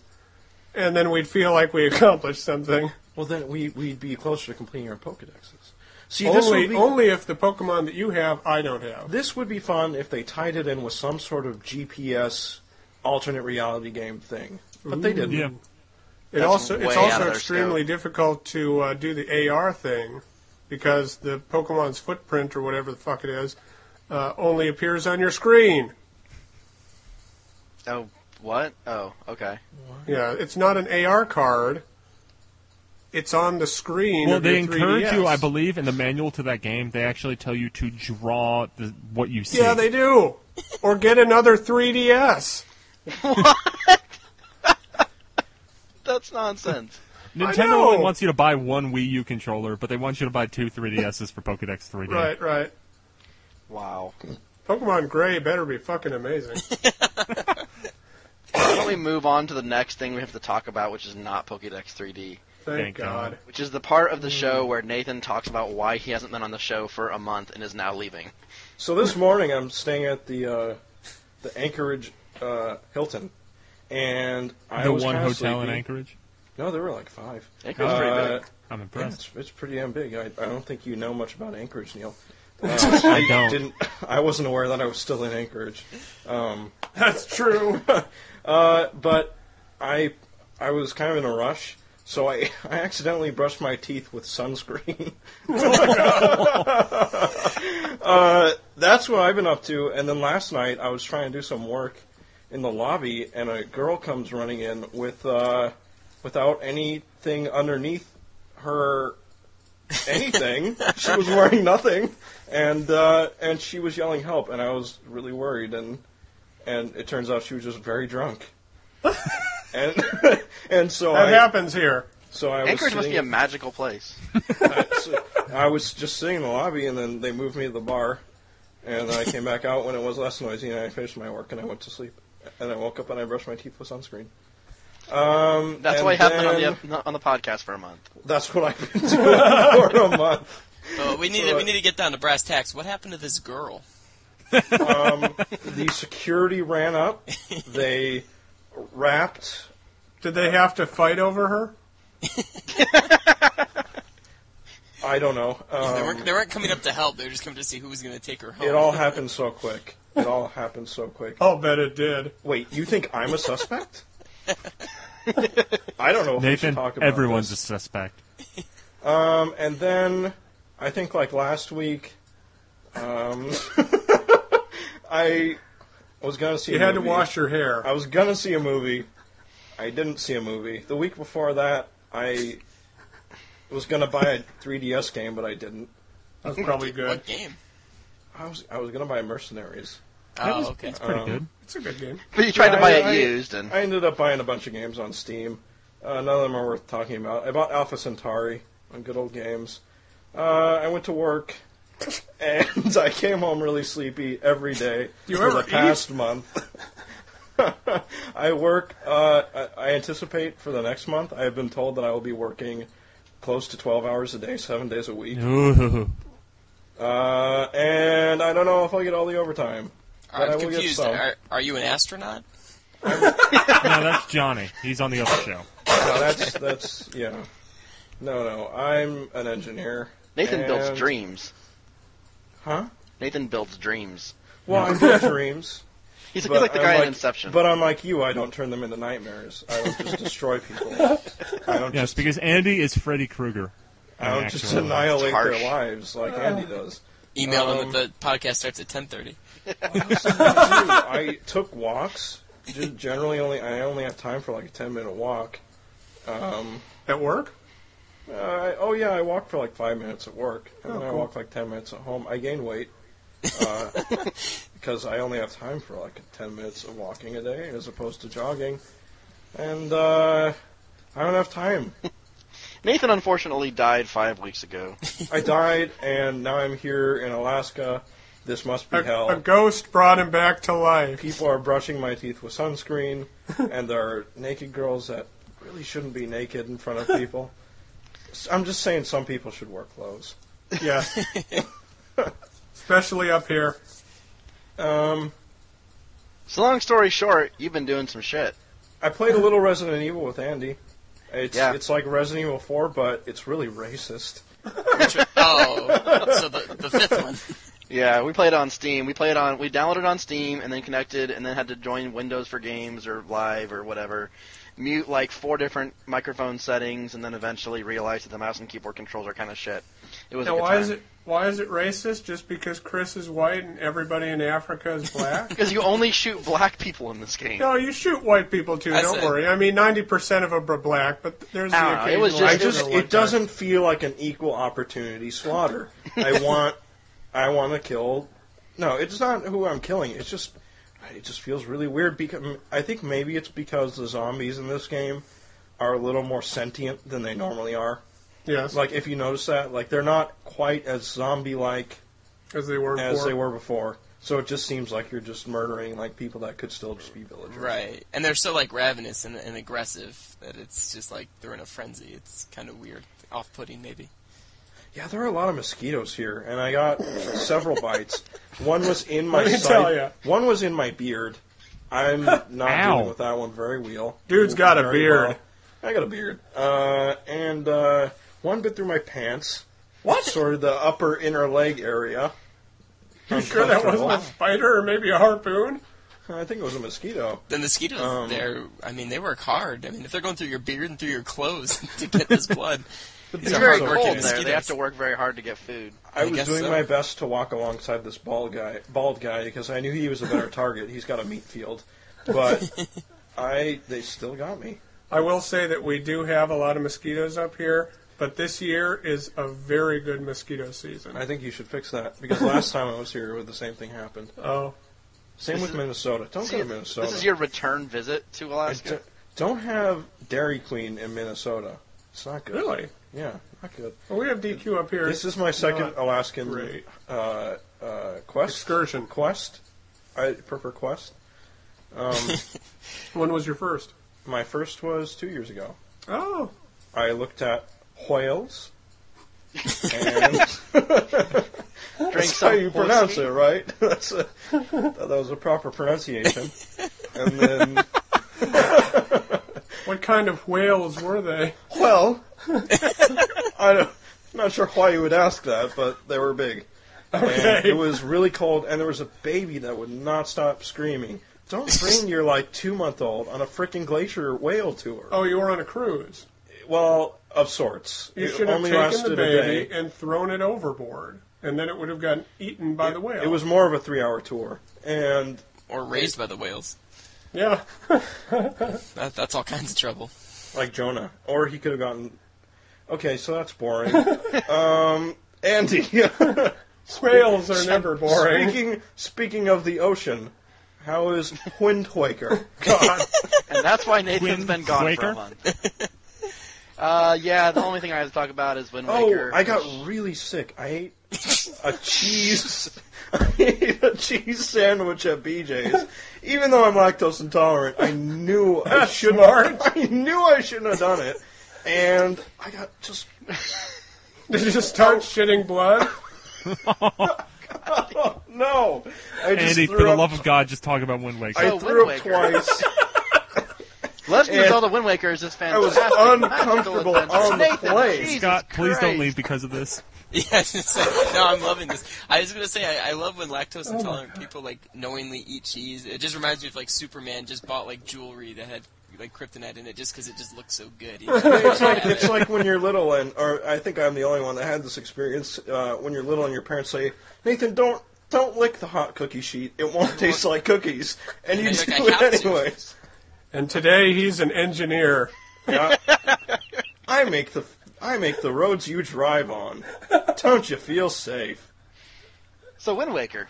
S4: and then we'd feel like we [laughs] accomplished something.
S1: Well, then we we'd be closer to completing our Pokedexes. See, this
S4: Only
S1: would be
S4: only if the Pokemon that you have I don't have.
S1: this would be fun if they tied it in with some sort of GPS alternate reality game thing, but they didn't.
S2: Yeah.
S4: It
S3: That's
S4: also
S3: way
S4: it's
S3: out of
S4: also
S3: their
S4: extremely
S3: scope.
S4: difficult to uh, do the AR thing because the Pokemon's footprint or whatever the fuck it is uh, only appears on your screen.
S3: Oh, what? Oh, okay.
S4: Yeah, it's not an AR card. It's on the screen.
S2: Well,
S4: of
S2: they
S4: your
S2: encourage you,
S4: 3DS.
S2: I believe, in the manual to that game. They actually tell you to draw the, what you see.
S4: Yeah, they do. Or get another 3DS.
S3: That's
S1: [laughs]
S3: nonsense.
S2: Nintendo
S4: know.
S2: only wants you to buy one Wii U controller, but they want you to buy two 3DSs for Pokédex 3D.
S4: Right, right.
S3: wow.
S4: Pokemon Gray better be
S2: [laughs]
S4: fucking amazing.
S3: Why don't we move on to the next thing we have to talk about, which is not Pokédex 3D,
S4: Thank,
S2: Thank God.
S4: God.
S3: which is the part of the
S1: Hmm.
S3: show where Nathan talks about why he hasn't been on the show for a month and is now leaving.
S1: So this morning I'm staying at the uh, the Anchorage uh, Hilton, and I
S2: The
S1: was
S2: one
S1: kinda
S2: hotel in
S1: sleepy.
S2: Anchorage.
S1: No, there were like five.
S3: Anchorage's pretty
S1: Uh,
S3: big.
S2: I'm
S1: yeah,
S2: impressed.
S1: it's, it's pretty damn big. I, I don't think you know much about Anchorage, Neil. Uh, [laughs] I
S2: don't.
S1: Didn't, I wasn't aware that I was still in Anchorage. Um, [laughs]
S4: That's true.
S1: Uh, but I I was kind of in a rush, so I, [laughs] I accidentally brushed my teeth with sunscreen. [laughs] uh, that's what I've been up to. And then last night I was trying to do some work in the lobby, and a girl comes running in with uh, without anything underneath
S3: [laughs]
S1: her anything. she was wearing nothing, and uh, and she was yelling help, and I was really worried, and and it turns out she was just very
S3: [laughs]
S1: drunk. and [laughs] and so
S4: That
S1: I
S4: happens here.
S1: so I was
S3: Anchorage must
S1: sitting-
S3: be a magical place.
S1: so I was just sitting in the lobby, and then they moved me to the bar, and I came back out when it was less noisy, and I finished my work, and I went to sleep, and I woke up and I brushed my teeth with sunscreen. Um,
S3: That's
S1: and
S3: why I haven't been on the
S1: then-
S3: [laughs] ep- on the podcast for a month.
S1: That's what I've been doing [laughs] for a month.
S5: But we need
S1: So,
S5: to, we
S1: uh,
S5: need to get down to brass tacks. What happened to this girl?
S1: The security ran up. They wrapped.
S4: Did they have to fight over her?
S1: I don't know.
S5: they,
S1: Um,
S5: weren't, they weren't coming up to help. They were just coming to see who was going to take her home.
S1: it all happened so quick. It all happened so quick.
S4: I'll Oh, bet it did.
S1: Wait, you think I'm a suspect? I don't know if we should
S2: Nathan,
S1: talk about
S2: everyone's
S1: this.
S2: a suspect.
S1: Um, and then I think like last week, um, [laughs] I was gonna see.
S4: You
S1: a
S4: had to
S1: movie.
S4: wash your hair.
S1: I was gonna see a movie. I didn't see a movie. The week before that, I was gonna buy a 3DS game, but I didn't.
S4: That's [laughs] probably good.
S5: What game?
S1: I was I was gonna buy Mercenaries.
S2: That
S5: Oh,
S2: was-
S5: okay.
S2: That's pretty
S1: Um,
S2: good.
S4: It's a good game.
S3: But you tried to
S1: I-
S3: buy it
S1: I-
S3: used, and
S1: I ended up buying a bunch of games on Steam. Uh, none of them are worth talking about. I bought Alpha Centauri on Good Old Games. Uh, I went to
S5: [laughs]
S1: work, and I came home really sleepy every day
S4: You
S1: for
S4: ever
S1: the
S4: eat?
S1: past month. [laughs] I work. Uh, I, I anticipate for the next month. I have been told that I will be working close to twelve hours a day, seven days a week.
S2: Ooh. [laughs]
S1: Uh, and I don't know if I'll get all the overtime. But I
S5: I'm
S1: will get
S5: confused.
S1: some.
S5: Are, are you an astronaut?
S2: No, that's Johnny. He's on the other show.
S1: No, that's that's yeah. No, no, I'm an engineer.
S3: Nathan
S1: And-
S3: builds dreams.
S1: Huh?
S3: Nathan builds dreams.
S1: Well, I build dreams.
S3: [laughs] He's,
S1: but
S3: he's like the
S1: I'm
S3: guy in Inception.
S1: But unlike you, I don't turn them into nightmares. I don't just destroy people. I don't
S2: Yes,
S1: just
S2: because Andy is Freddy Krueger.
S1: I don't just
S2: Actually.
S1: annihilate
S3: Harsh.
S1: their lives like Andy does.
S5: Email him
S1: Um,
S5: that the podcast starts at 10:30.
S1: Dude, I took walks. Gen- Generally, only I only have time for like a ten minute walk.
S4: At work?
S1: Uh, I, oh yeah, I walk for like five minutes at work, and then I walk like ten minutes at home. I gain weight uh, because I only have time for like ten minutes of walking a day, as opposed to jogging, and uh, I don't have time.
S3: Nathan unfortunately died five
S1: [laughs]
S3: weeks ago.
S1: I died, and now I'm here in Alaska. This must be
S4: A, a
S1: hell.
S4: ghost brought him back to life.
S1: People are brushing my teeth with sunscreen, and there are naked girls that really shouldn't be naked in front of people. S- I'm just saying, some people should wear clothes.
S4: Yes. Especially up here.
S1: Um,
S3: So long story short, you've been doing some shit.
S1: I played a little Resident Evil with Andy. It's
S3: Yeah.
S1: it's like Resident Evil 4, but it's really racist.
S5: oh, so the, the fifth one.
S3: Yeah, we played on Steam. We played on we downloaded on Steam and then connected and then had to join Windows for Games or Live or whatever. Mute like four different microphone settings and then eventually realized that the mouse and keyboard controls are kind of shit. It was a
S4: Now,
S3: good
S4: why
S3: time.
S4: is it why is it racist? Just because Chris is white and everybody in Africa is [laughs] black?
S3: Because you only shoot black people in this [laughs] game.
S4: no, you shoot white people too.
S5: I
S4: don't
S5: said-
S4: worry. I mean, ninety percent of them are black, but there's the
S3: I don't know, it
S4: occasional.
S3: was just-
S1: I
S3: It was
S1: just
S4: one
S1: it
S4: time.
S1: doesn't feel like an equal opportunity slaughter. I want I want to kill No, it's not who I'm killing. It's just it just feels really weird because I think maybe it's because the zombies in this game are a little more sentient than they normally are.
S4: Yes,
S1: Like if you notice that, like they're not quite as zombie like
S4: as they were.
S1: as
S4: before.
S1: they were before. So it just seems like you're just murdering like people that could still just be villagers.
S5: Right, and they're so like ravenous and, and aggressive that it's just like they're in a frenzy. It's kind of weird, off-putting maybe.
S1: Yeah, there are a lot of mosquitoes here, and I got several bites. One was in my
S4: Let me
S1: side-
S4: tell ya.
S1: One was in my beard. I'm
S4: [laughs]
S1: not
S2: Ow.
S1: dealing with that one very well.
S4: Dude's got a
S1: Very
S4: beard.
S1: well. I got a beard. Uh, and uh, one bit through my pants. What? Sort of the upper inner leg area.
S4: You sure that wasn't a spider or maybe a harpoon?
S1: I think it was a mosquito.
S5: The mosquitoes
S1: Um,
S5: there. I mean, they work hard. I mean, if they're going through your beard and through your clothes [laughs] to get this blood,
S3: [laughs] It's
S5: these are
S3: very
S5: hardworking
S3: cold there. They
S5: mosquitoes.
S3: have to work very hard to get food.
S1: I,
S5: I
S1: was
S5: guess
S1: doing
S5: so.
S1: my best to walk alongside this bald guy, bald guy, because I knew he was a better target. He's got a meat field, but
S5: [laughs]
S1: I they still got me.
S4: I will say that we do have a lot of mosquitoes up here, but this year is a very good mosquito season.
S1: I think you should fix that because last time I was here, the same thing happened.
S4: Oh,
S1: Same
S3: This
S1: with
S3: is-
S1: Minnesota. Don't go to Minnesota.
S3: This is your return visit to
S1: I
S3: Alaska.
S1: d- Don't have Dairy Queen in Minnesota. It's not good.
S4: really?
S1: Yeah, not good.
S4: Well, we have DQ up here.
S1: This is my second Alaskan
S4: great.
S1: uh, uh, quest
S4: Excursion.
S1: Quest. I prefer quest.
S4: When was your first?
S1: My first was two years ago.
S4: Oh,
S1: I looked at whales. and
S3: [laughs] Drink
S1: that's how
S3: some
S1: you pronounce
S3: whiskey.
S1: it, right? [laughs] That's a, that was a proper pronunciation. And then,
S4: what kind of whales were they?
S1: well, [laughs] I don't, I'm not sure why you would ask that, but they were big. And
S4: Okay.
S1: it was really cold, and there was a baby that would not stop screaming. Don't bring your like two month old on a freaking glacier whale tour.
S4: Oh, you were on a cruise.
S1: well, of sorts.
S4: You
S1: It
S4: should have
S1: only
S4: taken
S1: lasted
S4: the
S1: a
S4: baby
S1: day.
S4: and thrown it overboard, and then it would have gotten eaten by the whale.
S1: It was more of a three-hour tour, and
S5: Or raised by the whales.
S4: yeah. [laughs]
S5: That, that's all kinds of trouble. [laughs]
S1: like Jonah, or he could have gotten. Okay, so that's boring.
S4: [laughs]
S1: um, Andy, [laughs]
S4: Whales are never boring. [laughs]
S1: speaking speaking of the ocean, how is Windwaker?
S4: God.
S3: and that's why Nathan's
S2: Wind
S3: been gone for
S2: Waker?
S3: a month. [laughs] uh, yeah, the only thing I have to talk about is Wind
S1: Oh,
S3: Waker.
S1: I got really sick. I ate a cheese. [laughs] I ate a cheese sandwich at BJ's. Even though I'm lactose intolerant, I knew I shouldn't. I knew I shouldn't have done it, and I got just
S4: Did you just start shitting blood?
S1: oh, no. I just
S2: Andy,
S1: threw
S2: for the
S1: up,
S2: love of God, just talk about Wind Waker.
S1: I
S3: Oh,
S1: threw
S3: Wind
S1: up
S3: Waker.
S1: twice.
S3: Legend of
S1: and-
S3: Zelda Wind Waker is just
S1: I was
S3: fantastic.
S1: uncomfortable
S3: Magical
S1: on the
S3: Nathan,
S1: plane.
S3: Jesus
S2: Scott, please don't
S3: Christ.
S2: leave because of this.
S5: Yeah, [laughs] I was gonna say, no, I'm loving this. I was gonna say I, I love when
S3: Oh
S5: lactose intolerant people like knowingly eat cheese. It just reminds me of like Superman just bought like jewelry that had like kryptonite in it just because it just looks so
S3: [laughs]
S5: good. you know?
S1: It's like it's like when you're little and or I think I'm the only one that had this experience uh, when you're little and your parents say, "Nathan, don't don't lick the hot cookie sheet. It won't taste like cookies." And you
S5: And you're like,
S1: do
S5: "I have
S1: it
S5: to."
S1: anyways.
S4: And today he's an engineer.
S1: I make the I make the roads you drive on. Don't you feel safe?
S3: So Wind Waker.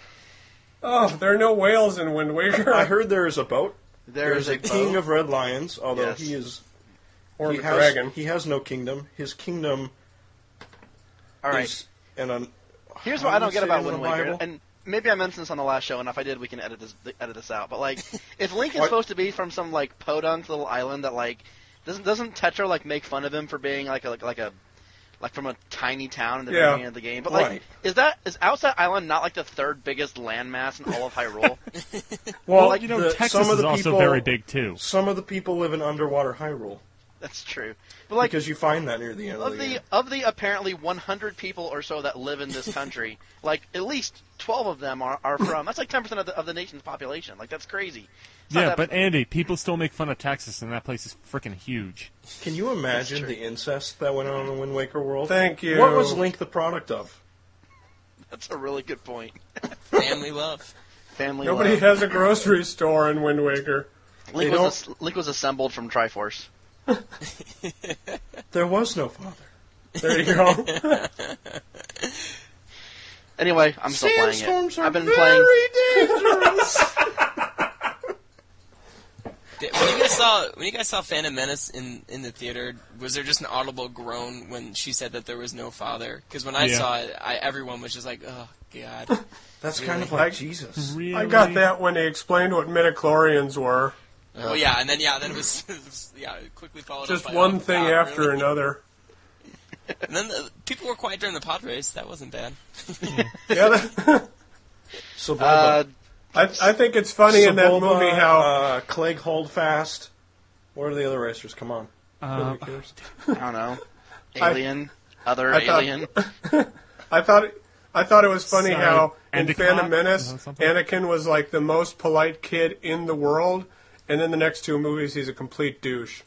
S4: Oh, there are no whales in Wind Waker.
S1: I heard there is a boat.
S3: There's,
S1: There's a king
S3: boat.
S1: of red lions, although
S3: Yes.
S1: he is
S4: or
S1: he
S4: a
S1: has,
S4: dragon.
S1: He has no kingdom. His kingdom
S3: All right.
S1: is an un-
S3: Here's
S1: How
S3: what
S1: do
S3: I
S1: you
S3: don't get
S1: say
S3: about
S1: it in
S3: Wind
S1: the
S3: Waker,
S1: Bible?
S3: and maybe I mentioned this on the last show, and if I did, we can edit this edit this out.
S1: [laughs]
S3: But like, if Link is
S1: What?
S3: supposed to be from some like podunk little island that like doesn't doesn't Tetra like make fun of him for being like a like, a like from a tiny town in the
S4: Yeah.
S3: beginning of the game, but like,
S1: Right.
S3: is that is outside island not like the third biggest landmass in all of
S1: [laughs]
S3: Hyrule?
S2: Well,
S1: like
S2: you know,
S1: the-
S2: Texas
S1: some of
S2: is
S1: the
S2: also
S1: people-
S2: very big too.
S1: Some of the people live in underwater Hyrule
S3: That's true. But like,
S1: because you find that near the end of, the,
S3: of the
S1: game.
S3: of the apparently 100 people or so that live in this
S1: [laughs]
S3: country, like at least 12 of them are, are from. That's like 10 percent of the, of the nation's population. Like that's crazy. It's not
S2: Yeah,
S3: that-
S2: but Andy, people still make fun of Texas, and that place is freaking huge.
S1: Can you imagine
S3: true.
S1: the incest that went on in Wind Waker World?
S4: Thank you.
S1: What was Link the product of?
S3: that's a really good point.
S5: Family love.
S3: Family.
S4: Nobody
S1: uh,
S3: love.
S4: has a grocery store in Wind Waker.
S3: Link,
S1: they
S3: was as- Link was assembled from Triforce.
S1: There was no father.
S4: There you go.
S1: [laughs]
S3: Anyway, I'm still playing
S1: Sandstorms
S3: it.
S1: are
S3: I've been
S1: very
S3: playing. [laughs]
S1: dangerous.
S5: Did- When you guys saw when you guys saw Phantom Menace in in the theater, was there just an audible groan when she said that there was no father? Because when I
S2: Yeah.
S5: saw it, I, everyone was just like, "Oh God."
S1: That's kind of
S4: Like-
S1: like Jesus.
S2: Really?
S4: I got that when they explained what midichlorians were.
S5: Well, yeah, and then yeah, then it was [laughs] yeah, it quickly followed.
S4: Just
S5: up by,
S4: one
S5: "Oh,
S4: thing
S5: God,
S4: after
S5: really?"
S4: another.
S5: And then the, people were quiet during the pod race. That wasn't bad.
S4: Yeah, that, [laughs]
S1: Sebulba.
S3: Uh,
S4: I, I think it's funny in that
S1: Sebulba,
S4: movie how
S1: uh, Clegg Holdfast. What are the other racers? Come on.
S4: Uh,
S2: Um,
S3: I don't know.
S4: [laughs] I-
S3: Alien. Other
S4: I thought-
S3: alien.
S4: I thought I thought it was funny
S2: Sorry,
S4: how in
S2: Endicott?
S4: Phantom Menace,
S2: Uh, something?
S4: Anakin was like the most polite kid in the world, and in the next two movies, he's a complete douche.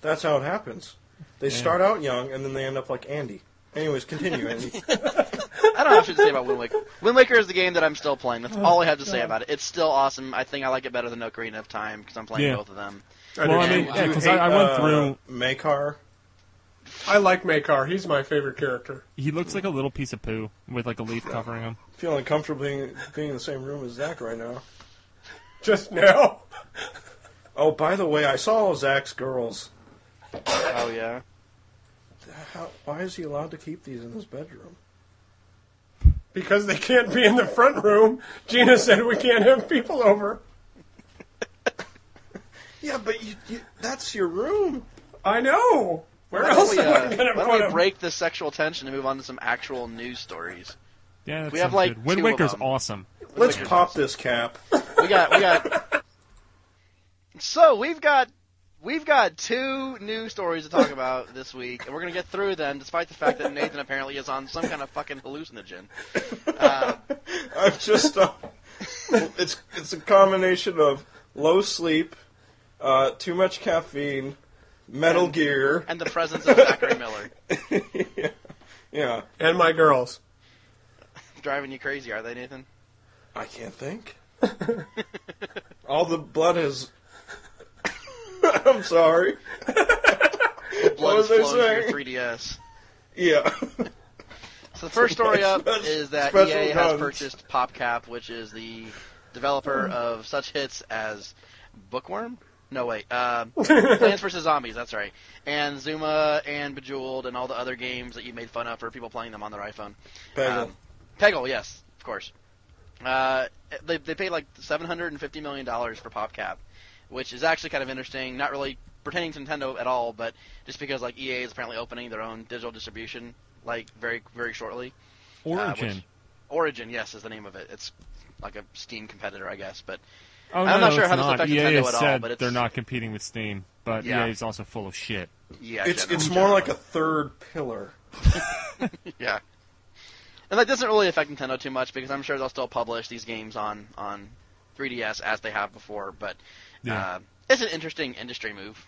S1: That's how it happens. They start out young and then they end up like Andy. Anyways, continue, Andy.
S4: [laughs]
S3: I don't have shit to say about Wind Waker. Wind Waker is the game that I'm still playing.
S4: Oh,
S3: That's all I have to say about it. It's still awesome. I think I like it better than Ocarina of Time because I'm playing
S2: Yeah.
S3: both of them.
S2: well, I
S4: do.
S2: mean,
S5: Wow.
S2: yeah,
S5: You
S2: because I, I went through.
S1: Uh, Makar.
S4: I like Makar. He's my favorite character.
S2: He looks like a little piece of poo with like a leaf covering him.
S1: Feel uncomfortable being, being in the same room as Zach right now.
S4: Just now, [laughs]
S1: Oh, by the way, I saw Zach's girls.
S3: Oh
S4: [laughs]
S3: yeah.
S1: How, why is he allowed to keep these in his bedroom?
S4: because they can't be in the front room, Gina said we can't have people over.
S1: Yeah, but you, you, that's your room.
S4: I know. Where
S3: Why
S4: else
S3: don't we,
S4: am I
S3: uh,
S4: going to
S3: why
S4: put
S3: don't we
S4: him?
S3: break the sexual tension and move on to some actual news stories?
S2: Yeah, that
S3: We have,
S2: sounds
S3: like,
S2: good. Wind
S3: two of Ah,
S2: Waker's
S3: them.
S2: awesome.
S1: Let's
S3: Like your
S1: pop this cap.
S3: We got, we got. so we've got, we've got two news stories to talk about this week, and we're gonna get through them, despite the fact that Nathan apparently is on some kind of fucking hallucinogen.
S1: I'm just. Uh, it's it's a combination of low sleep, uh, too much caffeine, Metal Gear.
S3: and the presence of [laughs] Zachary Miller.
S1: Yeah,
S4: and my girls.
S3: Driving you crazy, are they, Nathan?
S1: I can't
S4: [laughs]
S1: think. All the blood is. [laughs] I'm sorry.
S3: Blood
S1: was
S3: is
S1: I
S3: flowing through
S1: saying?
S3: your 3DS.
S1: Yeah. [laughs]
S3: So the first story up
S1: Special-
S3: is that
S1: special
S3: EA has
S1: guns.
S3: purchased PopCap, which is the developer of such hits as Bookworm. No wait,
S1: [laughs]
S3: uh, Plants vs Zombies. That's right, and Zuma and Bejeweled and all the other games that you made fun of for people playing them on their iPhone.
S1: Peggle.
S3: Um, Peggle, yes, of course. Uh, they they paid like seven hundred and fifty million dollars for PopCap, which is actually kind of interesting. Not really pertaining to Nintendo at all, but just because like EA is apparently opening their own digital distribution like very very shortly. Uh, which-
S2: Origin.
S3: Origin, yes, is the name of it. It's like a Steam competitor, I guess. But
S2: oh,
S3: I'm
S2: no,
S3: not
S2: no,
S3: sure
S2: it's
S3: how this
S2: not.
S3: affects
S2: EA
S3: Nintendo
S2: has
S3: at all,
S2: said
S3: but it's-
S2: they're not competing with Steam, but
S3: Yeah.
S2: EA is also full of shit.
S3: yeah,
S1: it's
S3: generally-
S1: it's more like a third pillar.
S3: yeah. And that doesn't really affect Nintendo too much because I'm sure they'll still publish these games on on 3DS as they have before. But
S2: Yeah.
S3: uh, it's an interesting industry move,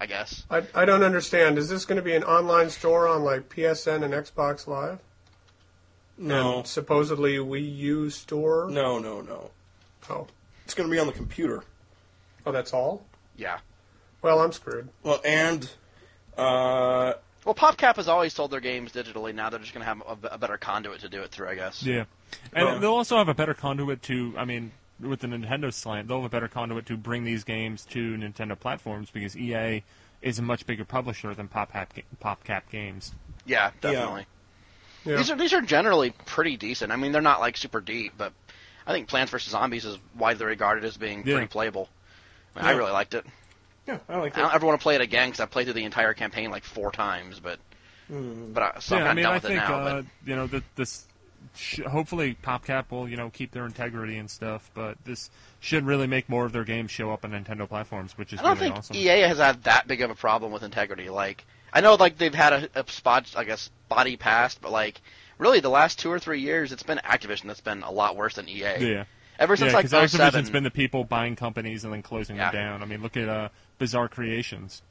S3: I guess.
S4: I, I don't understand. Is this going to be an online store on like PSN and Xbox Live?
S1: No.
S4: And supposedly Wii U store?
S1: No, no, no.
S4: Oh.
S1: It's going to be on the computer.
S4: oh, that's all?
S3: Yeah.
S4: Well, I'm screwed.
S1: Well, and uh,
S3: Well, PopCap has always sold their games digitally. Now they're just going to have a, a better conduit to do it through, I guess.
S2: Yeah, and
S1: Well-
S2: they'll also have a better conduit to. I mean, with the Nintendo slant, they'll have a better conduit to bring these games to Nintendo platforms because EA is a much bigger publisher than PopCap PopCap games.
S3: Yeah, definitely.
S4: Yeah.
S3: These are these are generally pretty decent. I mean, they're not like super deep, but I think Plants vs Zombies is widely regarded as being
S2: Yeah.
S3: pretty playable. I, mean, I
S1: Yeah.
S3: really liked it.
S1: yeah, I like
S3: I don't
S1: that.
S3: ever want to play it again because I played through the entire campaign like four times, but but I, so
S2: yeah, I
S3: I'm
S2: mean, I
S3: not done with
S2: think
S3: it now.
S2: uh, you know that this. Sh- hopefully, PopCap will you know keep their integrity and stuff, but this should really make more of their games show up on Nintendo platforms, which is
S3: but I don't
S2: really
S3: think E
S2: awesome.
S3: EA has had that big of a problem with integrity. Like I know like they've had a, a spot, I guess, spotty past, but like really the last two or three years, it's been Activision that's been a lot worse than EA.
S2: yeah.
S3: Ever since
S2: yeah,
S3: like
S2: because Activision's
S3: 07,
S2: been the people buying companies and then closing
S3: Yeah.
S2: them down. I mean, look at uh, Bizarre Creations.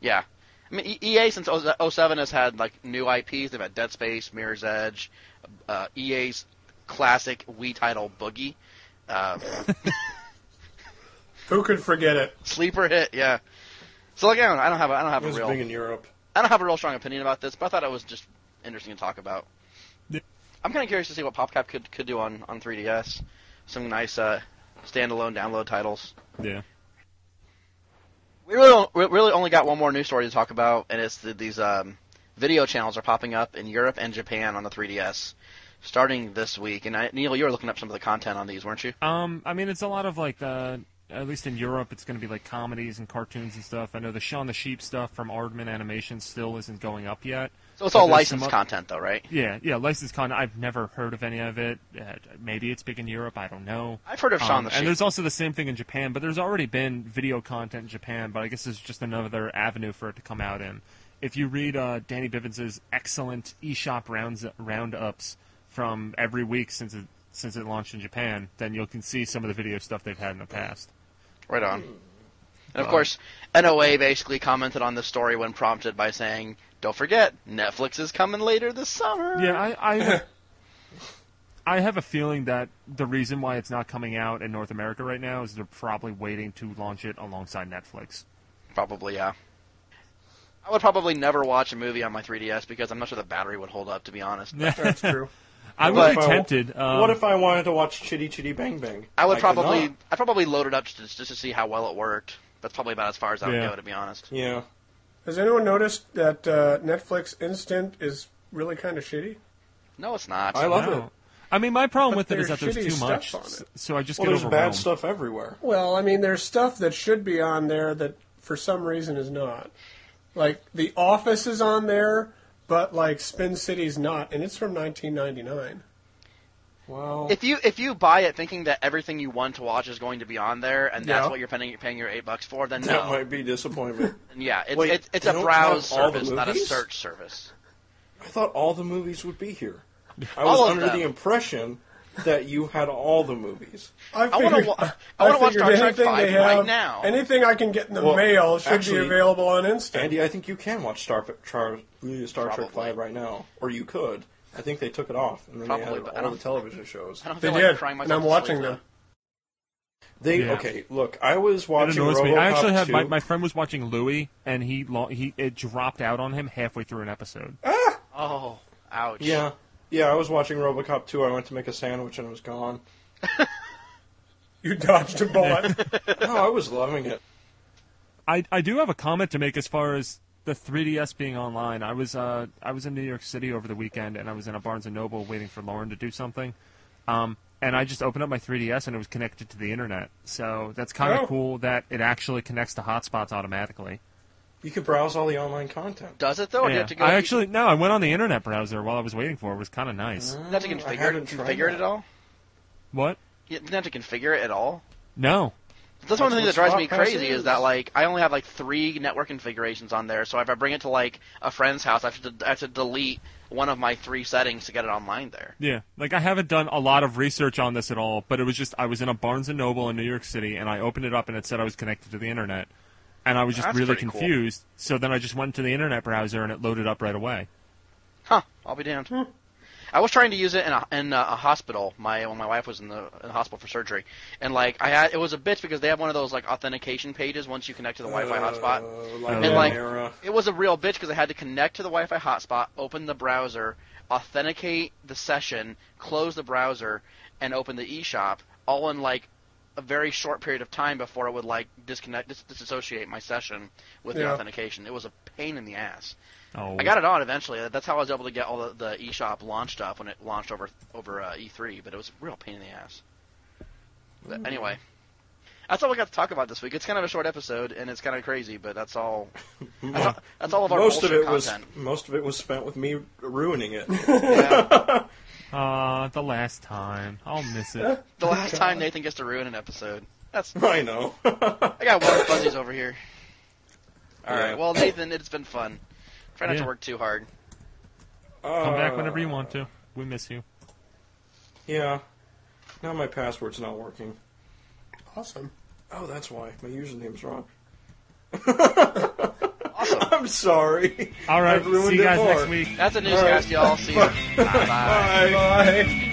S3: Yeah. I mean, E- EA since 07 has had like new IPs. They've had Dead Space, Mirror's Edge, uh, EA's classic Wii title Boogie, uh,
S4: Who could [laughs] forget it?
S3: sleeper hit. Yeah. So like I don't, I don't have a, I don't have
S1: It was
S3: a real
S1: big in Europe.
S3: I don't have a real strong opinion about this, but I thought it was just interesting to talk about.
S2: Yeah.
S3: I'm kind of curious to see what PopCap could could do on on 3DS. Some nice uh, standalone download titles.
S2: Yeah.
S3: We really, don't- we really only got one more news story to talk about, and it's that these um, video channels are popping up in Europe and Japan on the 3DS starting this week. And I, Neil, you were looking up some of the content on these, weren't you?
S2: Um, I mean, it's a lot of like the. At least in Europe, it's going to be like comedies and cartoons and stuff. I know the Shaun the Sheep stuff from Aardman Animation still isn't going up yet.
S3: So it's
S2: But
S3: all
S2: there's some
S3: licensed
S2: o-
S3: content, though, right?
S2: Yeah, yeah, licensed content. I've never heard of any of it. Uh, maybe it's big in Europe. I don't know.
S3: I've heard of Shaun
S2: Um,
S3: the
S2: And
S3: Sheep.
S2: there's also the same thing in Japan, but there's already been video content in Japan, but I guess it's just another avenue for it to come out in. If you read uh, Danny Bivens' excellent eShop rounds, roundups from every week since it, since it launched in Japan, then you can see some of the video stuff they've had in the past.
S3: Right on. And of course, NOA basically commented on this story when prompted by saying, "Don't forget, Netflix is coming later this summer."
S2: Yeah, I, I,
S1: [laughs]
S2: I have a feeling that the reason why it's not coming out in North America right now is they're probably waiting to launch it alongside Netflix.
S3: Probably, yeah. I would probably never watch a movie on my 3DS because I'm not sure the battery would hold up, to be honest.
S4: That's true.
S2: I
S1: What
S2: would
S1: if
S2: be
S1: I-
S2: tempted. Um,
S1: what if I wanted to watch Chitty Chitty Bang Bang?
S3: I would
S1: could
S3: probably
S1: not.
S3: I'd probably load it up just, just to see how well it worked. That's probably about as far as I would
S2: Yeah.
S3: go, to be honest.
S1: Yeah.
S4: Has anyone noticed that uh, Netflix Instant is really kind of shitty?
S3: No, it's not.
S1: I love
S2: No.
S1: it.
S2: I mean, my problem
S4: But
S2: with it is
S4: there's
S2: that there's
S4: shitty
S2: too
S4: stuff
S2: much,
S4: on it.
S2: s- so I just
S1: Well,
S2: get
S1: there's
S2: overwhelmed.
S1: bad stuff everywhere.
S4: Well, I mean, there's stuff that should be on there that for some reason is not. Like The Office is on there, but like Spin City's not, and it's from 1999.
S1: Well,
S3: if you if you buy it thinking that everything you want to watch is going to be on there and that's
S4: Yeah.
S3: what you're paying paying your eight bucks for, then
S1: that
S3: no.
S1: might be disappointment.
S3: yeah, it's
S1: Wait,
S3: it's, it's
S1: they
S3: a
S1: don't
S3: browse
S1: have all the
S3: service, not a
S1: movies?
S3: search service.
S1: I thought all the movies would be here. I
S3: All
S1: was
S3: of
S1: under
S3: them.
S1: the impression that you had all the movies.
S4: I,
S3: wanna
S4: figured-
S3: wa-
S4: [laughs]
S3: I wanna watch
S4: figured
S3: Star Trek
S4: anything
S3: five
S4: they have-
S3: right now.
S4: Anything I can get in the
S1: Well,
S4: mail should
S1: actually-
S4: be available on instant.
S1: Andy, I think you can watch Star, Char, Star Trek
S3: Probably.
S1: Five right now, or you could. I think they took it off, and then
S3: Probably,
S1: they added
S3: but I
S1: all
S3: don't-
S1: the television shows.
S3: I don't
S4: they
S3: feel
S4: did,
S3: like crying myself
S4: and I'm
S3: to
S4: watching
S3: sleep,
S4: them.
S1: They
S2: Yeah.
S1: okay. Look, I was
S2: It
S1: watching.
S2: annoys me. I actually
S1: RoboCop
S2: had my,
S1: 2.
S2: my friend was watching Louis, and he lo- he it dropped out on him halfway through an episode.
S3: though. Oh, ouch.
S1: Yeah, yeah. I was watching RoboCop 2. I went to make a sandwich and it was gone.
S4: You dodged a bullet.
S3: [laughs]
S1: No, Oh, I was loving it.
S2: I I do have a comment to make as far as the 3ds being online. I was uh I was in New York City over the weekend, and I was in a Barnes and Noble waiting for Lauren to do something. Um, and I just opened up my 3ds, and it was connected to the internet. So that's kind of
S4: Oh.
S2: cool that it actually connects to hotspots automatically.
S1: You could browse all the online content.
S3: Does it though? Or do Oh, you
S2: Yeah.
S3: have to go?
S2: I actually no, I went on the internet browser while I was waiting for it. It was kind of nice.
S3: You didn't
S1: I
S3: have to configure,
S1: haven't tried
S3: configure it
S1: that.
S3: at all.
S2: What?
S3: You didn't have to configure it at all.
S2: No.
S3: That's one of the things
S1: That's
S3: that drives
S1: what
S3: me
S1: Spot Pass
S3: crazy is
S1: is.
S3: that like I only have like three network configurations on there. So if I bring it to like a friend's house, I have to I have to delete one of my three settings to get it online there.
S2: Yeah, like I haven't done a lot of research on this at all, but it was just I was in a Barnes and Noble in New York City, and I opened it up and it said I was connected to the internet, and I was just
S3: That's
S2: really
S3: pretty cool.
S2: confused. So then I just went to the internet browser and it loaded up right away.
S3: Huh? I'll be damned. I was trying to use it in a, in a, a hospital. My when my wife was in the, in the hospital for surgery, and like I had it was a bitch because they have one of those like authentication pages once you connect to the Wi-Fi hotspot.
S1: Uh,
S2: And,
S1: like,
S3: And like,
S1: Era.
S3: it was a real bitch because I had to connect to the Wi-Fi hotspot, open the browser, authenticate the session, close the browser, and open the eShop, all in like a very short period of time before it would like disconnect, dis- disassociate my session with the
S4: Yeah.
S3: authentication. It was a pain in the ass.
S2: Oh,
S3: I got it on eventually. That's how I was able to get all the, the eShop launched up when it launched over over uh, E3, but it was a real pain in the ass. But
S1: Mm-hmm.
S3: anyway, that's all we got to talk about this week. It's kind of a short episode, and it's kind of crazy, but
S1: [laughs]
S3: that's all. That's all, that's all of our
S1: most of
S3: bullshit
S1: it was
S3: content.
S1: most of it was spent with me ruining
S3: [laughs]
S1: it.
S3: Yeah.
S2: Uh, the last time I'll miss it.
S3: the last time Nathan gets to ruin an episode. That's
S1: [laughs] I know.
S3: I got warm fuzzies over here. All right,
S1: Yeah.
S3: well Nathan, it's been fun. Try not
S2: Yeah.
S3: to work too hard.
S2: Come
S1: Uh,
S2: back whenever you want to. We miss you.
S1: Yeah. Now my password's not working.
S4: awesome.
S1: Oh, that's why my username's wrong. [laughs]
S3: Awesome.
S1: I'm sorry.
S2: All right,
S1: I've ruined
S2: see you
S1: it
S2: guys
S1: more.
S2: next
S1: [laughs]
S2: week.
S3: That's a newscast, y'all. See you. Bye.
S4: Bye.